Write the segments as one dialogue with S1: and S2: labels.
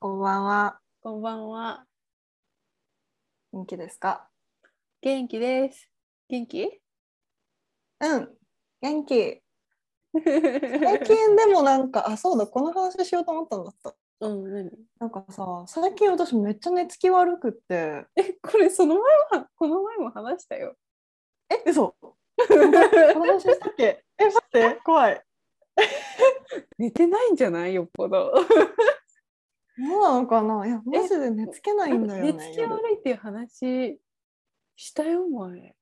S1: ばんは。
S2: こんばんは。
S1: 元気ですか
S2: 元気です。元気
S1: うん。元気。 最近でもなんか、あ、そうだ、この話しようと思ったんだった。
S2: うん、何
S1: なんかさ、最近私めっちゃ寝つき悪くって。
S2: え、これその前は、この前も話した よ。
S1: え、嘘この話したっ けえ、待って、怖い。
S2: 寝てないんじゃないよっぽど。
S1: どうなのかないや、マジで寝つけないんだよね。
S2: 寝つき
S1: 夜
S2: 悪いっていう話したよ、前。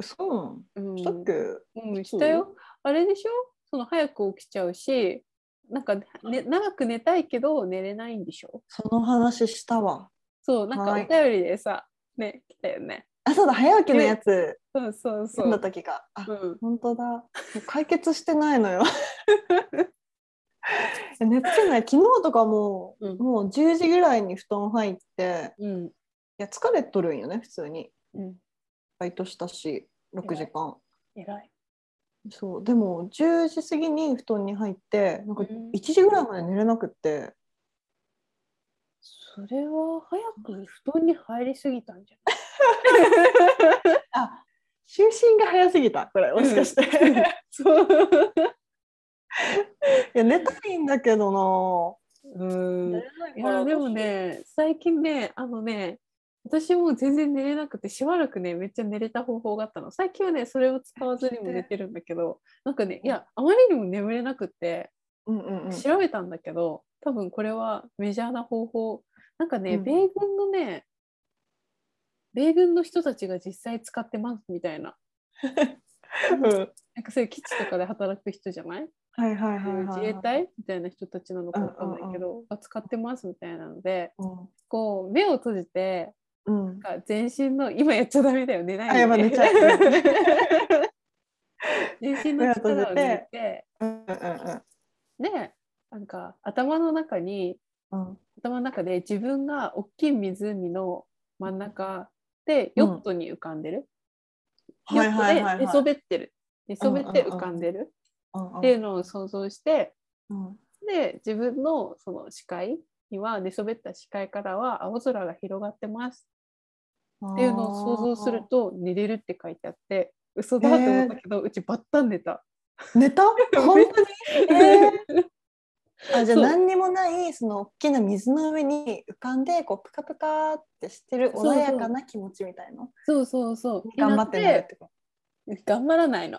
S1: そうなの
S2: うん
S1: したっけ
S2: うん、したよ。あれでしょその早く起きちゃうし、なんか、ね、長く寝たいけど寝れないんでしょ
S1: その話したわ。
S2: そう、なんかお
S1: はい
S2: 便りでさ、ね、来たよね。
S1: あ、そうだ、早起きのやつ、
S2: そうそうそ
S1: 読んだ
S2: う。
S1: 時が。あ、
S2: うん、
S1: 本当だ。もう解決してないのよ。 寝つけない。昨日とかもう、
S2: うん
S1: もう10時ぐらいに布団入って、
S2: うん、
S1: いや疲れとるんよね普通に。
S2: うん、
S1: バイトしたし6時間。
S2: 偉い。
S1: そうでも10時過ぎに布団に入ってなんか
S2: うん
S1: 1時ぐらいまで寝れなくって、
S2: それは早く布団に入りすぎたんじゃない
S1: あ就寝が早すぎたこれもしかして、
S2: う ん
S1: い
S2: そう。
S1: や寝たいんだけど
S2: うん
S1: な、
S2: いやでもね最近ねあのね私も全然寝れなくてしばらくねめっちゃ寝れた方法があったの最近はねそれを使わずにも寝てるんだけどなんかねいやあまりにも眠れなくって
S1: うんうんうん
S2: 調べたんだけど多分これはメジャーな方法なんかね、
S1: うん
S2: 米軍のね米軍の人たちが実際使ってますみたいな
S1: うん
S2: なんかそういう基地とかで働く人じゃない
S1: はいはいはいはい、はい、
S2: 自衛隊みたいな人たちなのかわかんないけ
S1: うん
S2: ど、が使ってますみたいなので
S1: う
S2: こう目を閉じて
S1: ん、うん、
S2: なんか全身の今やっちゃダメだよ寝ないで
S1: あやばい寝ちゃう
S2: 全身の力を抜いて
S1: うんうんうん
S2: でなんか頭の中に
S1: うん
S2: 頭の中で自分が大きい湖の真ん中でヨットに浮かんでる、ヨットで寝そべってる寝そべって浮かんでる
S1: っ
S2: っていうのを想像して
S1: うん
S2: で自分のその視界には寝そべった視界からは青空が広がってます
S1: うん、
S2: っていうのを想像すると寝れるって書いてあって嘘だと思ったけど、うちバッタン寝た。
S1: あー。寝た本当にえあじゃあ
S2: そう
S1: 何にもないその大きな水の上に浮かんでこうプカプカってしてる
S2: そうそう
S1: 穏やかな気持ちみたいな
S2: そうそうそう。
S1: 頑張って寝るってこと
S2: 頑張らないの。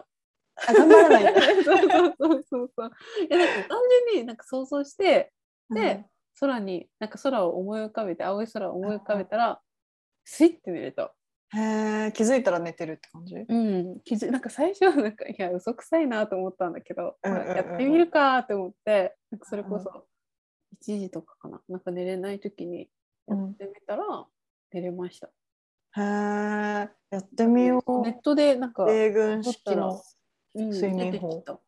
S1: あ頑張らないん
S2: そ
S1: だ
S2: うそうそうそうそう。いやなんか単純になんか想像してで空になんか空を思い浮かべて青い空を思い浮かべたらスイッて寝れた。
S1: うんへえ気づいたら寝てるって感じ
S2: うん。気づなん か最初はなんかいや嘘くさいなと思ったんだけど、
S1: うんうんうん
S2: まあやってみるかと思ってなんかそれこそ1時とかかななんか寝れない時にやってみたら寝れました。
S1: へえやってみよう
S2: ネットでなんか、
S1: 米軍式
S2: だ
S1: の
S2: っうん
S1: 睡眠
S2: 出てき
S1: 法
S2: た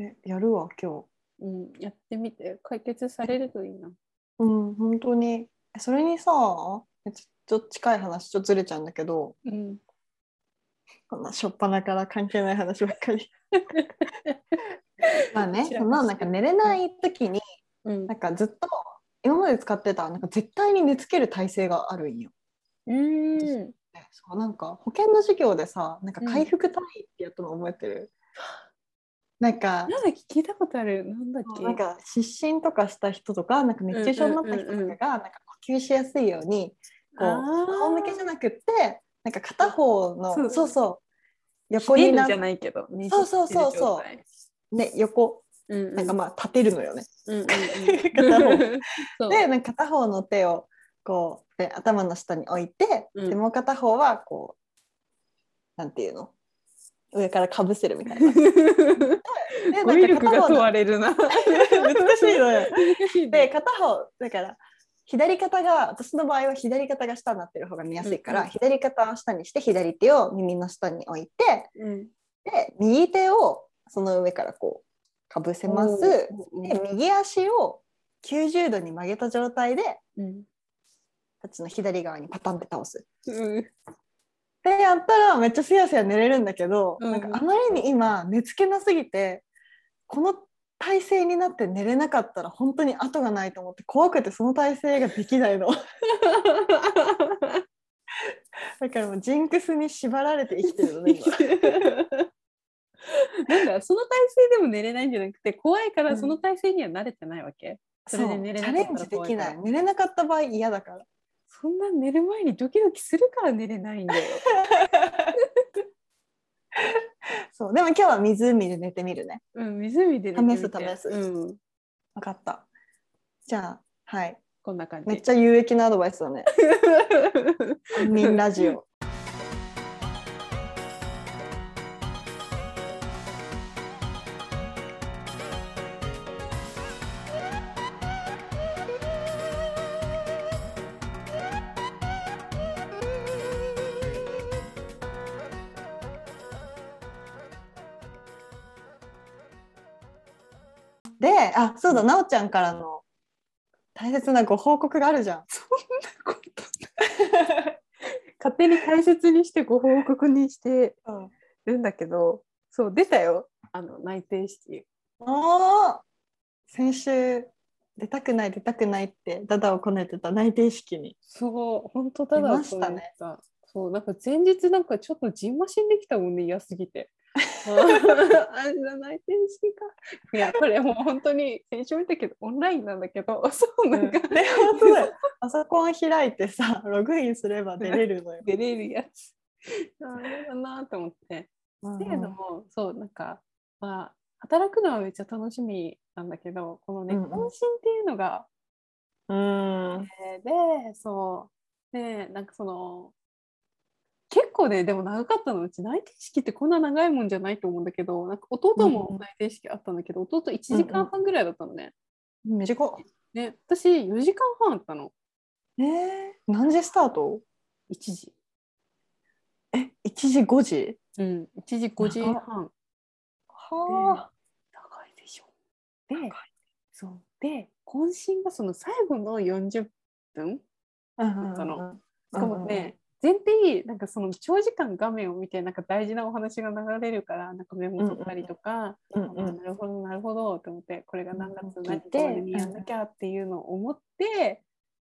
S1: えやるわ今日
S2: うん、やってみて解決されるといいな。
S1: うん本当にえそれにさえちょちょっと近い話ちょっとずれちゃうんだけど
S2: うん、
S1: こんな初っ端から関係ない話ばっかり。まあね、そのなんか寝れない時に
S2: うん
S1: なんかずっと今まで使ってたなんか絶対に寝つける体勢があるんよ。
S2: うん、
S1: そうなんか保険の授業でさなんか回復単位ってやったの覚えてる、なんか
S2: なんだっけ聞いたことある。なんだっけ。
S1: なんか失神とかした人とかなんか熱中症になった人とか
S2: うんうんうんう
S1: が
S2: ん
S1: なんか呼吸しやすいようにこう
S2: あー
S1: 仰向けじゃなくってなんか片方の
S2: そう
S1: そうそう
S2: こ
S1: 横
S2: に
S1: に
S2: な
S1: な
S2: じゃないけど。
S1: そうそうそうそうね横
S2: う。うん、
S1: なんかまあ立てるのよね。
S2: うん、うん、うん、
S1: 片方
S2: そう。
S1: でなんか片方の手をこうで頭の下に置いて、
S2: うん
S1: でもう片方はこうなんていうの上からかぶせるみたいな。で
S2: 語彙
S1: なん
S2: 力
S1: か
S2: が
S1: 片方
S2: 問
S1: の
S2: われ るな。
S1: 難しいのよ。
S2: 難しいね。
S1: で片方だから左肩が私の場合は左肩が下になってる方が見やすいから、
S2: うんうん
S1: 左肩を下にして左手を耳の下に置いて
S2: うん、
S1: で右手をその上からこうかぶせます。で
S2: おー。
S1: 右足を90度に曲げた状態で
S2: うん、
S1: こっちの左側にパタンって倒す。
S2: うん、
S1: でやったらめっちゃすやすや寝れるんだけど、
S2: うんうん
S1: なんかあまりに今寝つけなすぎてこの体勢になって寝れなかったら本当に後がないと思って怖くてその体勢ができないの だからもうジンクスに縛られて生きてるのね今
S2: なんかその体勢でも寝れないんじゃなくて怖いからその体勢には慣れてないわけ、それで寝れな
S1: チ
S2: か
S1: ャ
S2: ったら
S1: レンジできな
S2: 怖い
S1: い
S2: か
S1: 寝れなかった場合嫌だから
S2: そんな寝る前にドキドキするから寝れないん だよ
S1: そうでも今日は湖で寝てみるね
S2: うん湖で寝てみて
S1: 試す試す
S2: うん、
S1: 分かったじゃあはい
S2: こんな感じ
S1: めっちゃ有益なアドバイスだね安眠ラジオであそうだ奈緒ちゃんからの大切なご報告があるじゃん。
S2: 勝手に大切にしてご報告にしてるんだけどそう出たよあの内定式
S1: おー先週出たくない出たくないってダダをこねてた内定式 に
S2: そう本当ただ
S1: 出ましたね
S2: こういったそうなんか前日なんかちょっとじんましんできたもんね嫌すぎて ああじゃあ内定式かいやこれもう本当に先週見たけどオンラインなんだけど そうなんか、
S1: うんね本当だよパソコン開いてさログインすれば出れるのよ。
S2: 出れるやつああ嫌だなと思ってっていうのも、そうなんか、まあ、働くのはめっちゃ楽しみなんだけどこのね
S1: うんうん
S2: 懇親っていうのが、
S1: うんうん
S2: えーでそうでなんかその結構ねでも長かったのうち内定式ってこんな長いもんじゃないと思うんだけどなんか弟
S1: うんう
S2: も
S1: ん
S2: 内定式あったんだけど、弟1時間半ぐらいだったのね。
S1: 短っ
S2: ね私4時間半あったの
S1: えー、何時スタート
S2: 1時。
S1: え1時5時
S2: うん、1時5時半
S1: はあ、
S2: 長いでしょ。で、そうで懇親がその最後の40分
S1: うん
S2: だったの
S1: うん
S2: しかもね、前提なんかその長時間画面を見てなんか大事なお話が流れるからなんかメモ取ったりとか、
S1: うんう
S2: あ
S1: ん
S2: なるほどなるほどと思ってこれが何月
S1: うん
S2: 何
S1: 聞い
S2: 日
S1: て
S2: までにやんなきゃっていうのを思って、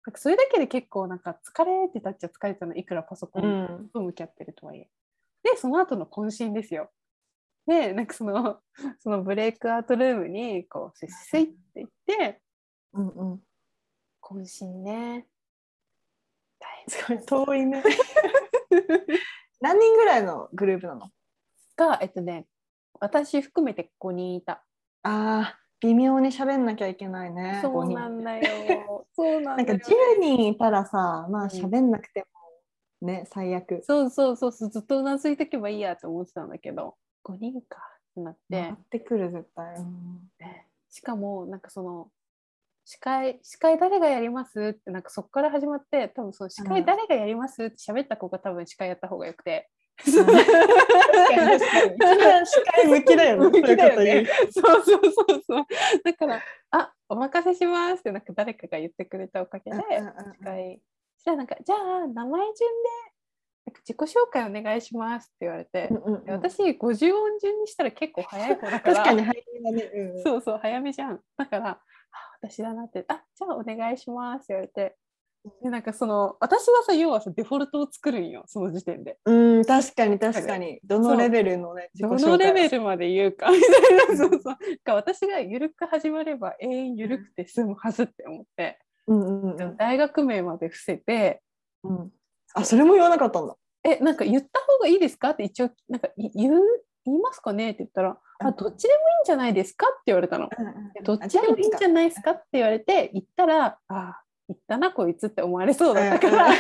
S2: なんかそれだけで結構なんか疲れてたっちゃ疲れてたのいくらパソコ
S1: う
S2: ン
S1: ん
S2: と向き合ってるとはいえ。でその後の渾身ですよ。でなんかその そのブレイクアウトルームにこうスイスイって言って
S1: うんうん
S2: 渾身ね大変
S1: すごい遠いね 何人ぐらいのグループなの
S2: が、えっとね、私含めて5人いた。
S1: あー微妙に喋んなきゃいけないね。
S2: そうなんだよ。そうな
S1: 5人なん
S2: んだ
S1: か
S2: よ。
S1: 10人いたらさ、まあ
S2: うん
S1: 喋んなくてもね、最悪。
S2: そうそうそうそう、ずっとうなずいてけばいいやと思ってたんだけど、5人かってなって、
S1: 回ってくる絶対。
S2: しかも、なんかその、司会、司会誰がやりますって、なんかそこから始まって、多分その司
S1: う
S2: 会
S1: ん
S2: 誰がやりますって喋った子が多分司会やった方がよくて。
S1: うん一番 視界向きだよね。
S2: 向きだよ
S1: そうい
S2: ね
S1: うこ
S2: そうそうそうそう。だから、あお任せしますって、なんか誰かが言ってくれたおかげ
S1: と
S2: で、
S1: 言う
S2: 一回そしたらなんか「じゃあ名前順でなんか自己紹介お願いします」って言われて、
S1: うんうん
S2: で私50音順にしたら結構早い方だから
S1: 確かに配信だね。うん
S2: そうそう早めじゃんだからあ「私だな」って「あじゃあお願いします」って言われてでなんかその私がさ要はさデフォルトを作るんよその時点で
S1: うん、確かに確かに。どのレベルのね、
S2: どのレベ
S1: ル
S2: ルまで言うかみたいなそううんそうだから私が緩く始まれば永遠緩くて済むはずって思って、
S1: うんうんう
S2: でも
S1: ん
S2: 大学名まで伏せて、
S1: うん。あ、それも言わなかったんだ。
S2: え、なんか言った方がいいですかって一応、なんかい言う、言いますかねって言ったら、
S1: う
S2: あ、
S1: ん
S2: どっちでもいいんじゃないですかって言われたの。どっちでもいいんじゃないですかって言われて、言ったら、ああ、言ったな、こいつって思われそうだったから。
S1: うん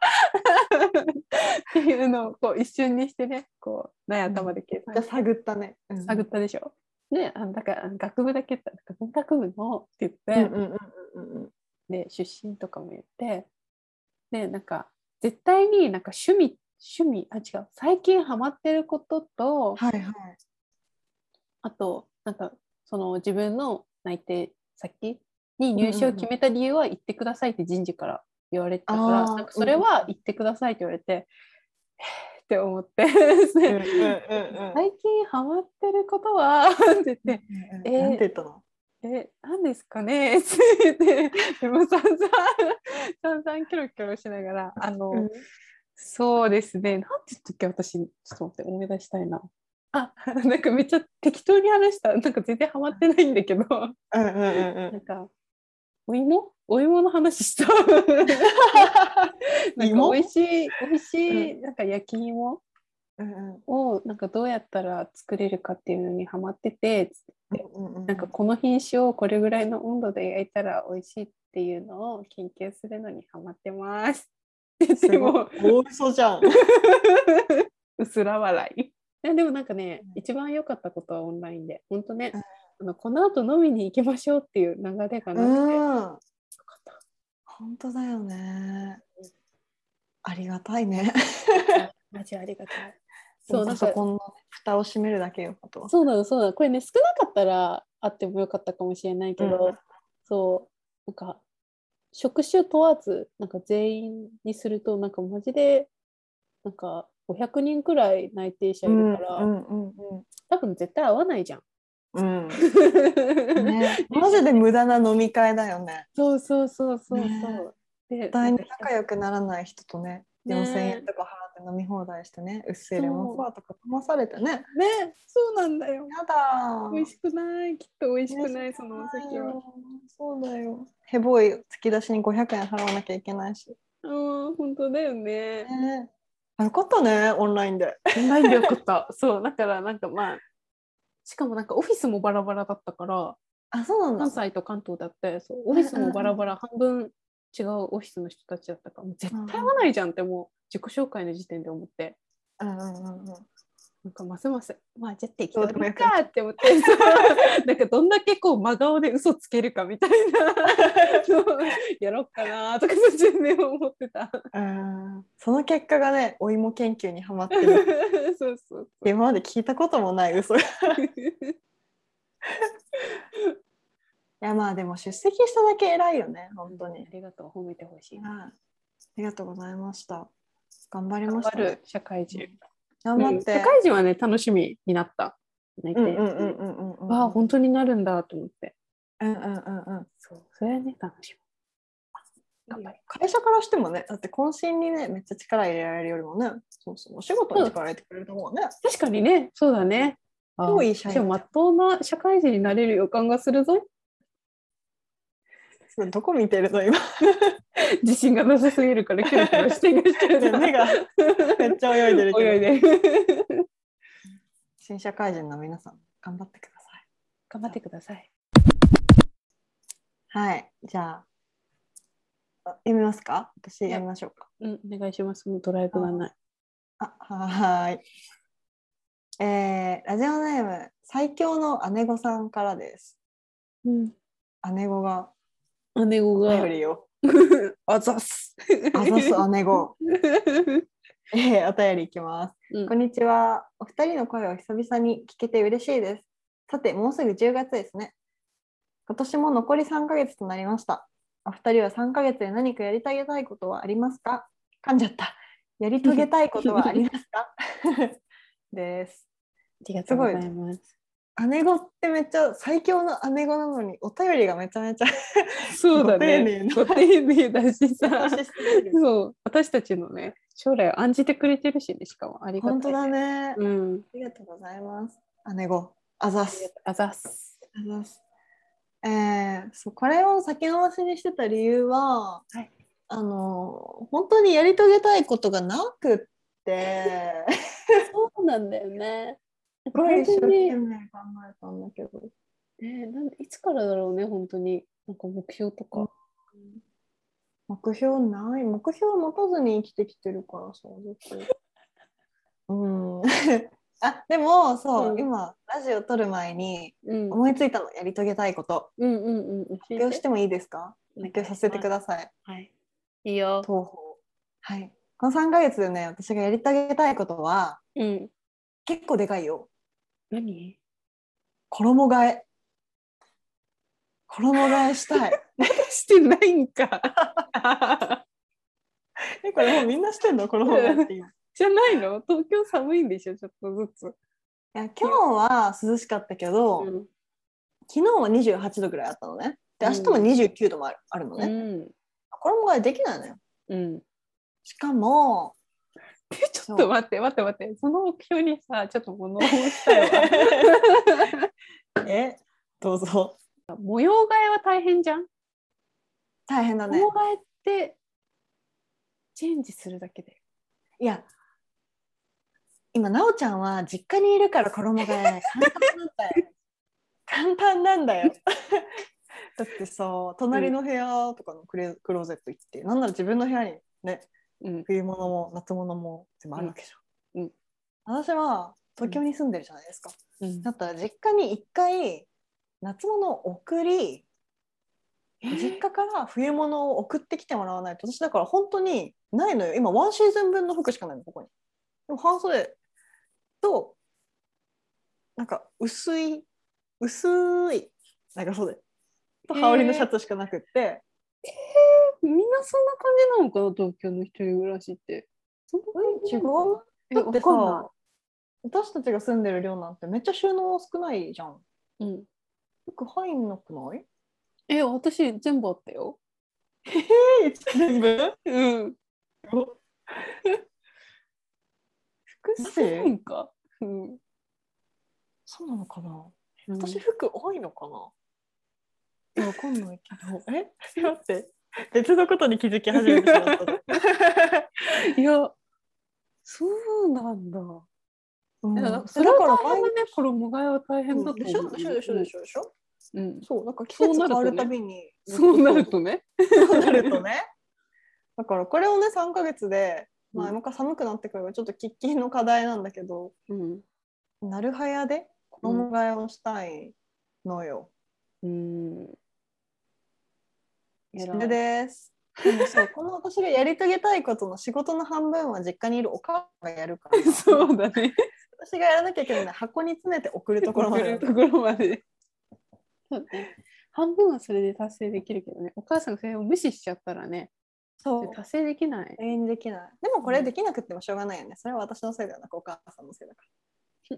S2: っていうのをこう一瞬にしてね、こう、ない頭で計
S1: じゃあ
S2: 算
S1: 探ったね。うん
S2: 探ったでしょ。ね、あのだからあの学部だけ言ったら、文学部のって
S1: う
S2: 言
S1: ん
S2: って、
S1: うんうんうんうん。
S2: で出身とかも言ってでなんか絶対になんか趣味趣味あ違う最近ハマってること
S1: は
S2: と
S1: いはい。
S2: あとなんかその自分の内定先に入試を決めた理由は言ってくださいって人事から言われてたから、
S1: あー
S2: なんかそれは言ってくださいって言われて、えーっって思って、
S1: うんうんうんうん
S2: 最近ハマってることはって言って
S1: うん
S2: えー
S1: なんて言ったの
S2: 「え何ですかね?」って言ってでもさんざんさんざんキョロキョロしながらあの、
S1: うん
S2: そうですねなんて言ったっけ私ちょっと待って思い出したいなあなんかめっちゃ適当に話したなんか全然ハマってないんだけど
S1: うんうんうんう
S2: なんんかお芋お芋の話した なんか
S1: 芋
S2: 美味しい美味しいなんか焼き芋
S1: うんうん
S2: をなんかどうやったら作れるかっていうのにハマってて
S1: うんうん
S2: なんかこの品種をこれぐらいの温度で焼いたら美味しいっていうのを研究するのにハマってます。
S1: す
S2: で
S1: ごい
S2: も
S1: 大嘘じゃん。
S2: うすら笑い。えでもなんかね一番良かったことはオンラインで本当ね
S1: うん
S2: あのこの後飲みに行きましょうっていう流れがなくてよ
S1: うん。
S2: かった
S1: 本当だよね。ありがたいね。
S2: マジありがたい。
S1: そ
S2: そううな
S1: パ
S2: ん
S1: ソ
S2: か
S1: コンの蓋を閉めるだけよあとは。
S2: そうなのそうなのこれね少なかったらあってもよかったかもしれないけど、
S1: うん
S2: そうなんか職種問わずなんか全員にするとなんかマジでなんか500人くらい内定者いるから、
S1: うんうん
S2: 多分絶対合わないじゃん。
S1: うん。うん。ね、マジで無駄な飲み会だよね。
S2: そうそうそうそうそう。
S1: ね
S2: で
S1: 絶対に
S2: なんか
S1: 仲良くならない人とね、
S2: ね
S1: 4000円とか払って飲み放題してね、うっせえレモンサワーとか騙されてね。
S2: ねそうなんだよ。
S1: やだー。
S2: 美味しくないきっと美味しくない
S1: ね
S2: そのお酒は。。
S1: そうだよ。ヘボい突き出しに500円払わなきゃいけないし。
S2: うん本当だよね。
S1: ね、あよかったね、オンラインで。
S2: オンラインでよかった。 そう、だからなんかまあ、しかもなんかオフィスもバラバラだったから、
S1: あ、そうな
S2: 関
S1: んだ。
S2: 西と関東だって、そうオフィスもバラバラ、半分違うオフィスの人たちだったから、もう絶対合わないじゃんってもう自己紹介の時点で思って、
S1: うんうんうんうん。
S2: なんかますます、まあじゃあ適
S1: ど
S2: 当
S1: うでも
S2: に
S1: よ
S2: い
S1: くなっ
S2: かって思って、 そうなんかどんだけこう真顔で嘘つけるかみたいなそうやろっかなとか、そう自分で思ってた。
S1: うんその結果がねお芋研究にはまって
S2: そう
S1: る
S2: そうそう。
S1: 今まで聞いたこともない嘘がいやまあでも出席しただけ偉いよね本当に
S2: ありがとう、褒めてほしい。
S1: はいありがとうございました頑張り
S2: 頑
S1: ま
S2: 張
S1: したね
S2: る社会人。
S1: 頑
S2: う
S1: 張
S2: ん
S1: って、
S2: 社会人はね楽しみになった。泣いて
S1: うんうんうんうんうんうん
S2: わあ本当になるんだと思って。
S1: うんうんうんうん
S2: そうそれはね楽しみ。頑張り
S1: 会社からしてもねだって渾身にねめっちゃ力入れられるよりもねそうそうお仕事に力入れてくれると思うね
S2: 確かにねそうだね。あ
S1: 超いい社員
S2: でもまっとうな社会人になれる予感がするぞ。
S1: すごいどこ見てるの今
S2: 自信がなさすぎるからキラキラしてるしてる。
S1: 目が めっちゃ泳いでるけど
S2: 泳いで。
S1: 新社会人の皆さん頑張ってください
S2: 頑張ってください。
S1: はい、じゃあ、あ読みますか私
S2: い
S1: 読みましょうか。
S2: うんお願いします。もうドライブがない。
S1: あ、はーい。えーラジオネーム、最強の姉御さんからです。姉御が、
S2: 姉子が
S1: 頼。りよ。
S2: あざっす。
S1: あざ す姉御。えーお便りいきます。
S2: うん
S1: こんにちは。お二人の声を久々に聞けて嬉しいです。さて、もうすぐ10月ですね。今年も残り3ヶ月となりました。お二人は3ヶ月で何かやり遂げたいことはありますか噛んじゃった。やり遂げたいことはありますか です。
S2: ありがとうございます。
S1: 姉子ってめっちゃ最強の姉子なのにお便りがめちゃ めちゃ
S2: そうだね。
S1: ご
S2: ご丁寧だしさ。
S1: 優しすぎる
S2: そう、私たちのね、将来を案じてくれてるしね、しかもありがたい、
S1: 本当だ。ね。あ
S2: うん。
S1: りがとうございます。姉子、あざす。
S2: あざっす。
S1: ありがとうございます。えーそうこれを先延ばしにしてた理由は、
S2: はい
S1: あの本当にやり遂げたいことがなくって
S2: そうなんだよね。
S1: すごい
S2: 本
S1: 一生
S2: 当
S1: 懸
S2: に、
S1: 命考えたんだけど
S2: ね、なんいつからだろうね、本当に。なんか目標とか。
S1: 目標ない目標を持たずに生きてきてるからさずっ と。うん、あでもそう、
S2: うん
S1: 今ラジオ撮る前に
S2: うん。うん
S1: 思いついたのやり遂げたいこと
S2: うんうんうん。
S1: 発表してもいいですか
S2: お願
S1: 発
S2: いし
S1: 表さ
S2: ます
S1: せてください。
S2: はい。いいよ。
S1: 東宝はいこの3ヶ月でね私がやり遂げたいことは
S2: うん。
S1: 結構でかいよ
S2: 何
S1: 衣替え衣替えしたい
S2: してないんか。
S1: えこれもうみんなしてんの衣
S2: 替えって
S1: いう
S2: じゃないの東京寒いんでしょちょっとずつ。
S1: いや今日は涼しかったけど、
S2: うん
S1: 昨日は28度ぐらいあったのね。で、明日も29度もある,、あるの
S2: う
S1: ね。
S2: ん。
S1: 衣替えできないのよ。
S2: うん。
S1: しか も、
S2: え ちょっと待って待って待ってその目標にさちょっと物申したいわ
S1: え、どうぞ。
S2: 模様替えは大変じゃん、
S1: 大変だね
S2: 模。様替えってチェンジするだけで
S1: いや、今、なおちゃんは実家にいるから衣替え 簡単なんだよ。簡単なんだよ。 だってさ、隣の部屋とかのクレクローゼット行って、なんなら自分の部屋にね、
S2: うん
S1: 冬物も夏物も全部あるわけじゃん。
S2: うん
S1: 私は東京に住んでるじゃないですか。
S2: うん
S1: だったら実家に一回夏物を送り、実家から冬物を送ってきてもらわないと私だから本当にないのよ今ワンシーズン分の服しかないのここにでも半袖となんか薄い薄い長袖と羽織のシャツしかなくって、
S2: みんなそんな感じなのかな東京の一人暮らしってそんな感じなのかな
S1: だって
S2: えわか
S1: さ私たちが住んでる量なんてめっちゃ収納少ないじゃんよ
S2: んないうん
S1: く入んなくない
S2: え私全部あったよ
S1: 全部
S2: うん
S1: 服
S2: 少ないんかうん
S1: そうなのかな
S2: 私
S1: 私服多いのかな、わかんないけどえ 待って別のことに気づき始めてしま ったぞ
S2: いやそうなんだ、
S1: うん
S2: いや
S1: だ
S2: なん
S1: か
S2: かそれ
S1: ら
S2: は大
S1: 毎
S2: 変だね衣替えは大変だと
S1: 日でし
S2: 思
S1: ょ
S2: う
S1: でしょでしょでしょでしょ
S2: うん、
S1: そうなんか季
S2: そう
S1: 節
S2: な
S1: 変
S2: るとね
S1: わるたびに
S2: そうなるとね
S1: そうなるとねだからこれをね3ヶ月でまあ
S2: うん
S1: 今から寒くなってくればちょっと喫緊の課題なんだけど
S2: うん
S1: なるはやで衣替えをしたいのよ、
S2: うん偉い
S1: それです。でもそうこの私がやり遂げたいことの仕事の半分は実家にいるお母さんがやるから
S2: そうだね。
S1: 私がやらなきゃいけないのは箱に詰めて送るところまで
S2: 送るところまで。そうね半分はそれで達成できるけどね、お母さんがそれを無視しちゃったらね、
S1: そう
S2: 達成できない。
S1: 永遠にできないでもこれできなくってもしょうがないよねそれは私のせいではなくお母さんのせいだか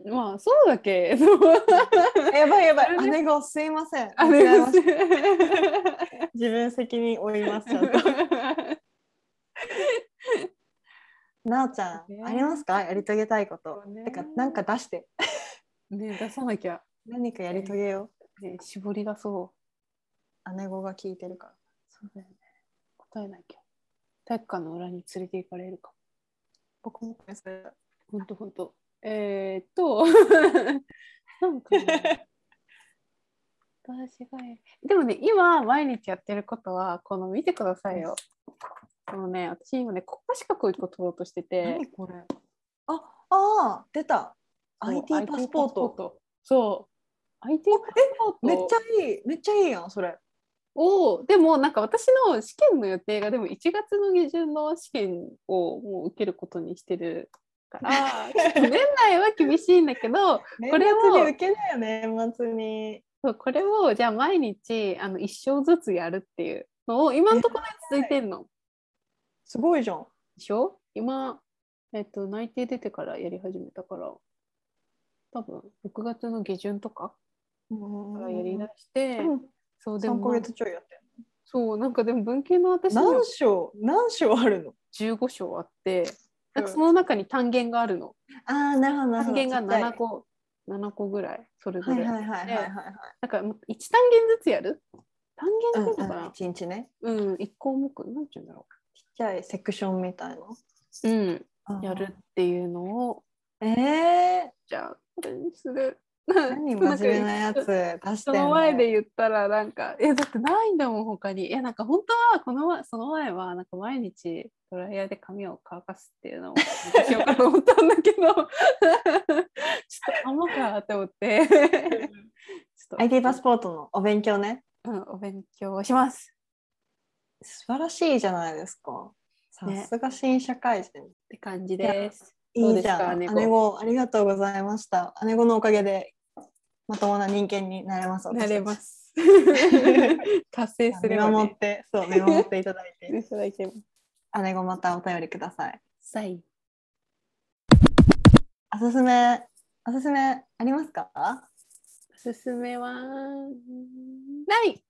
S2: まあ、そうだ けど。
S1: ら やばいやばい
S2: あれね
S1: 姉がすいません
S2: あれ
S1: 間違えま
S2: です
S1: した自分責任負いますちゃ んとなおちゃん、
S2: ね
S1: ありますかやり遂げたいこと
S2: ね
S1: てかなんか出して
S2: ね、出さなきゃ、
S1: 何かやり遂げよ
S2: ね、絞り出そう。
S1: う姉子が聞いてるから
S2: そうだよね。答えなきゃ。体育館の裏に連れて行かれるかも。
S1: 僕もこれそれ
S2: ほんとほんと。えー、っと、 なんかね、私がやでもね、今、毎日やってることは、この見てくださいよ。このね、私今ね、国家資格を1個取ろうとしてて、
S1: 何これああー出た
S2: そう
S1: IT パスポート。
S2: そう。IT パスポート
S1: めっちゃいいめっちゃいいやんそれ
S2: を、でもなんか私の試験の予定が、でも1月の下旬の試験をもう受けることにしてる から、ちょっと年内は厳しいんだけど、
S1: 年
S2: これを
S1: 末に受けないよね年末に
S2: そうこれをじゃあ毎日あの一生ずつやるっていうのを今のところ続いてんの。
S1: すごいじゃん
S2: でしょ今、えっと、内定出てからやり始めたから多分6月の下旬とかからやりだして、そうで
S1: 3
S2: も
S1: ヶ
S2: な
S1: 月ちょいやって
S2: そうなんかでも文系の私
S1: る何
S2: の
S1: 章何章あるの
S2: 15章あってなんかその中に単元があるの。
S1: ああなるほどな
S2: 単元が7個7個ぐらいそれ
S1: は
S2: ぞ
S1: い
S2: れ。
S1: はいはいはいはい
S2: なんかもう1単元ずつやる単元っていうのか
S1: はい
S2: な
S1: 一日ね
S2: うん、1項目なんていうんだろ
S1: ちっちゃいセクションみたいの
S2: う。うんやるっていうのを
S1: ええ
S2: じゃあこれにする。
S1: 何真面目なやつ出して
S2: そ
S1: ん
S2: の前で言ったらなんかえだってないんだもん他にいやなんか本当はこの前その前はなんか毎日ドライヤーで髪を乾かすっていうのをしようかと思ったんだけどちょっとあんまかって思ってちょっと
S1: IT パスポートのお勉強ね
S2: うんお勉強をします
S1: 素晴らしいじゃないですかさ
S2: ね
S1: すが新社会人
S2: って感じです。どう
S1: い
S2: で
S1: い
S2: す
S1: じ
S2: か
S1: ゃん。姉
S2: 姉
S1: 子
S2: 子
S1: ありがとうございました。姉子のおかげでまともな人間になれます。。
S2: なれます す。達成すれ
S1: 見
S2: ば、
S1: 守っ
S2: ね。
S1: て、そう見 守っていただいて、
S2: いただいても
S1: 姉子またお便りください。
S2: さい。
S1: おすすめ、おすすめありますか
S2: おすすめはない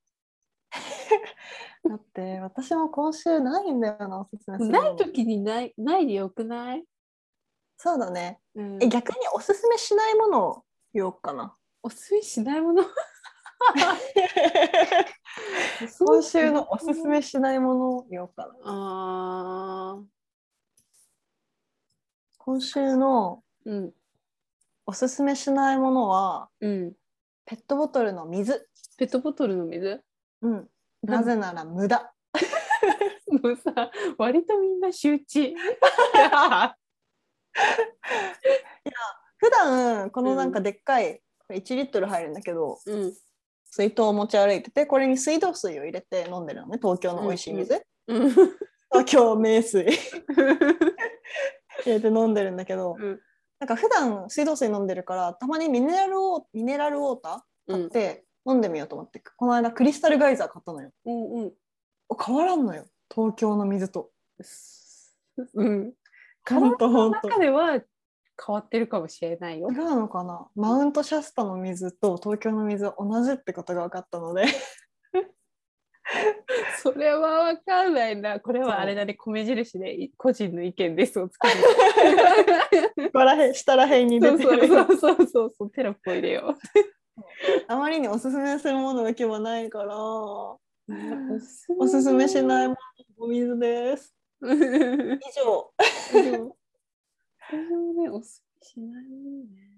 S1: だって私も今週ないんだよな、おすすめするも
S2: な
S1: の
S2: い時にないないでよくない、
S1: そうだね。
S2: うん
S1: え、逆におすすめしないものを言おうかな。
S2: おすすめしな いもの
S1: 今週のおすすめしないものを言おうかな。
S2: あー
S1: 今週の
S2: うん
S1: おすすめしないものは、
S2: うん
S1: ペットボトルの水。
S2: ペットボトルの水
S1: うん。なぜなら無 駄。
S2: もうさ割とみんな周知
S1: 普段このなんかでっかい、これ1リットル入るんだけど、
S2: うん
S1: 水筒を持ち歩いてて、これに水道水を入れて飲んでるのね、東京の美味しい水。
S2: うん
S1: 東京名 水入れて飲んでるんだけど、
S2: うん
S1: なんか普段水道水飲んでるから、たまにミネラルウォーミネラルウォーター買って飲んでみようと思って、この間クリスタルガイザー買ったのよ。
S2: うんうん
S1: 変わらんのよ、東京の水と。
S2: うん
S1: ほんとほんと
S2: 中では変わってるかもしれないよ
S1: 違。うのかなマウントシャスタの水と東京の水は同じってことが分かったので
S2: それはわかんないな。これはあれだね、米印でい個人の意見ですを 作る。
S1: ここら辺下ら辺に
S2: そ
S1: 出
S2: う
S1: てる
S2: そうそうそうそうそう、 テロップを入れよ
S1: あまりにおすすめするものが今日はないからお
S2: う。お
S1: すすめしない
S2: い。
S1: ものお水です
S2: うん
S1: 以上
S2: それもね、おすすめしないものね。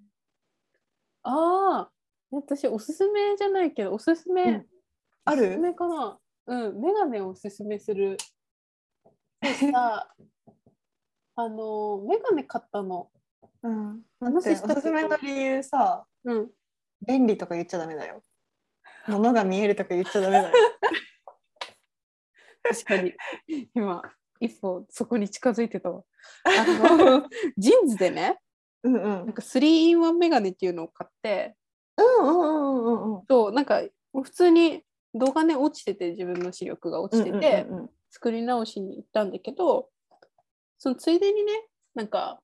S2: ああ、私おすすめじゃないけど、おすすめ、
S1: うんある
S2: おすすめかな。うん、メガネをおすすめ する。さあの、メガネ買ったの。
S1: うん、
S2: 話
S1: 話し
S2: したた
S1: お
S2: けど
S1: すすめの理由さ
S2: うん。
S1: 便利とか言っちゃダメだよ物が見えるとか言っちゃダメだよ
S2: 確かに。今、一歩そこに近づいてたわ。あの、 ジーンズでね、
S1: うんうん
S2: なんか 3in1 メガネっていうのを買って、
S1: うんうんうんうんうん
S2: そう、なんか普通に動画ね、落ちてて、自分の視力が落ちてて、
S1: うんうん
S2: 作り直しに行ったんだけど、そのついでにね、なんか、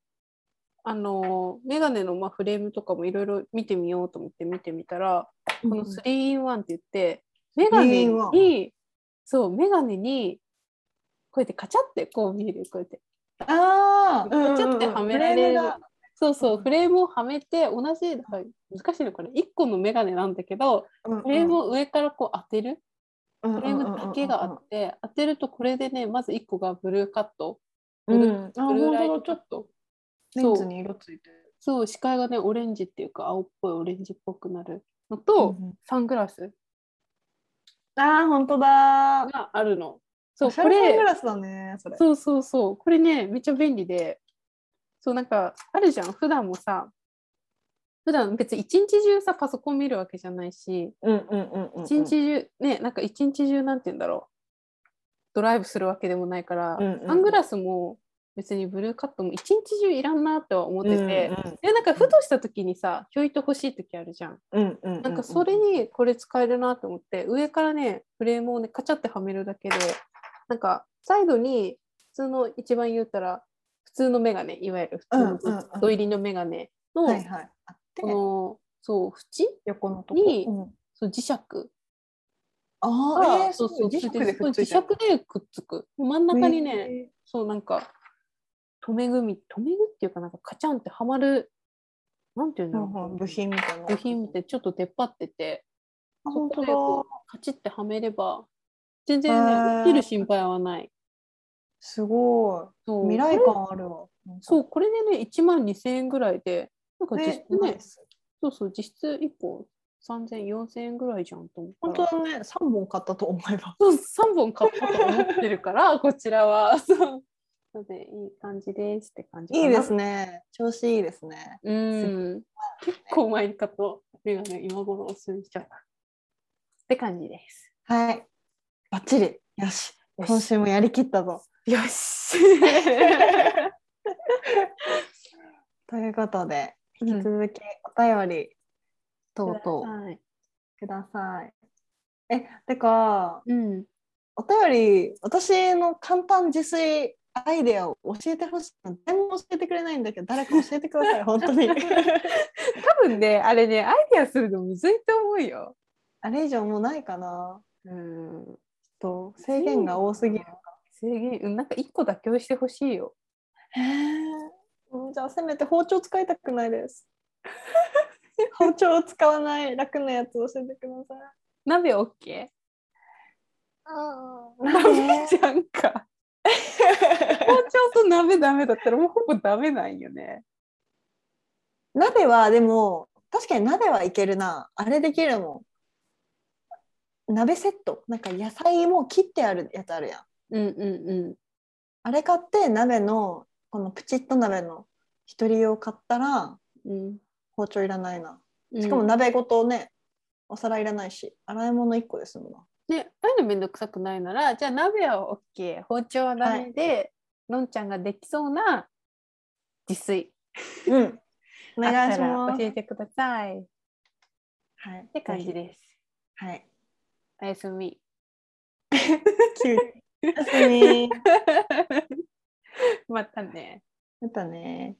S2: あのメガネのまあフレームとかもいろいろ見てみようと思って見てみたら、
S1: うん
S2: この
S1: うん
S2: 3-in-1 って言って、メガネ
S1: 3-in-1
S2: に、そう、メガネに、こうやってカチャってこう見える、こうやって。
S1: ああ
S2: ちょっとはめられるそうそうう、
S1: ん
S2: フレームをはめて、同じ、だから難しいのこれ、1個のメガネなんだけど、フレームを上からこう当てる、
S1: フ
S2: フレームだけがあって、当てるとこれでね、まず1個がブルーカット、
S1: う
S2: ブル
S1: ん、あ
S2: ブルー
S1: 本
S2: ライ
S1: 当
S2: ト
S1: だちょっと
S2: そ
S1: レ
S2: う
S1: ンズに色ついてる
S2: そう、視界がね、オレンジっていうか、青っぽいオレンジっぽくなるの
S1: う
S2: と、
S1: んうん
S2: サングラス
S1: あー本当だ
S2: があるの。そう、
S1: おしゃ
S2: こ
S1: れサン
S2: れ
S1: グ、ラスだねそれ
S2: そうそうそう、これね、めっちゃ便利で、そう、なんか、あるじゃん、普段もさ、普段別に一日中さ、パソコン見るわけじゃないし、
S1: うんうんうんうん
S2: 一日中、ね、なんか一日中、なんて言うんだろう、ドライブするわけでもないから、
S1: うんうんうん
S2: サングラスも別にブルーカットも一日中いらんなとは思ってて、
S1: うん
S2: でなんかふとした時にさ、ひょいと欲しい時あるじゃん。
S1: うんうんうん
S2: なんかそれにこれ使えるなと思って、上からねフレームをねカチャってはめるだけでなんかサイドに普通の一番言うたら普通のメガネいわゆる普通の
S1: うんうんうん
S2: ド入りのメガネの、
S1: はいはいあって
S2: このそう縁
S1: 横のとこ
S2: に
S1: うん
S2: そう磁石
S1: あ
S2: が、
S1: あえー
S2: そうそう
S1: 磁石で
S2: そ
S1: く
S2: う
S1: っつ
S2: 磁
S1: い
S2: 石
S1: てる
S2: でくっつく真ん中にね、
S1: へー
S2: そうなんか留め具み留め具っていうかなんかカチャンってはまるなんていうんだ
S1: ほ
S2: ろ
S1: ん
S2: う、
S1: ほん部品みたいな
S2: 部品みたいにちょっと出っ張ってて。
S1: あ本当
S2: そこ
S1: だ
S2: でカチッてはめれば全然ね
S1: へー
S2: 落ちる心配はない。
S1: すご
S2: そ
S1: いう未来
S2: これ
S1: 感あるわ
S2: そうこれでね1万2000円ぐらいでなんか
S1: なんかね
S2: 実質ね
S1: ナイス
S2: そうそう実質1個30004000円ぐらいじゃんと思
S1: 本
S2: った
S1: 当
S2: ら。
S1: だね三本買ったと思えば
S2: そう3本買ったと思ってるから こちらは。そうなのでいい感じですって感じかない
S1: いですね調子いいですね
S2: うん。結構前に買ったメガネ今頃おすすめしちゃった。って感じです。
S1: はいバッチリよし今週もやりきったぞ
S2: よ し
S1: ということで、
S2: うん
S1: 引き続きお便り等々
S2: はい。
S1: ください。え、てか、
S2: うん。
S1: お便り、私の簡単自炊アイデアを教えてほしいの誰も教えてくれないんだけど誰か教えてください本当 に
S2: 多分ねあれねアイデアするのむずいと思うよ。
S1: あれ以上もうないかな
S2: うん
S1: ちょっと制限が多すぎる
S2: 制限うんなんか一個妥協してほしいよ。
S1: へーじゃあせめて包丁使いたくないです。 包丁を使わない楽なやつ教えてください。
S2: 鍋 OK?
S1: あ
S2: 鍋じゃんか。包丁と鍋ダメだったらもうほぼダメなんよね。
S1: 鍋はでも確かに鍋はいけるな。あれできるもん。鍋セットなんか野菜も切ってあるやつあるやん。
S2: うんうんうん。
S1: あれ買って鍋のこのプチッと鍋の一人用買ったら
S2: う
S1: 包丁いらないな。
S2: ん、
S1: しかも鍋ごとね、お皿いらないし洗い物1個ですもんな。
S2: ね、ああいうのめんどくさくないならじゃあ鍋は OK 包丁はダメで、のんちゃんができそうな自炊
S1: うん。お
S2: お
S1: 願いします
S2: 教。えてくださいっ
S1: はい。って
S2: 感じ。です
S1: はい。
S2: おやすみ
S1: 急に。おやすみ。
S2: またね
S1: またね。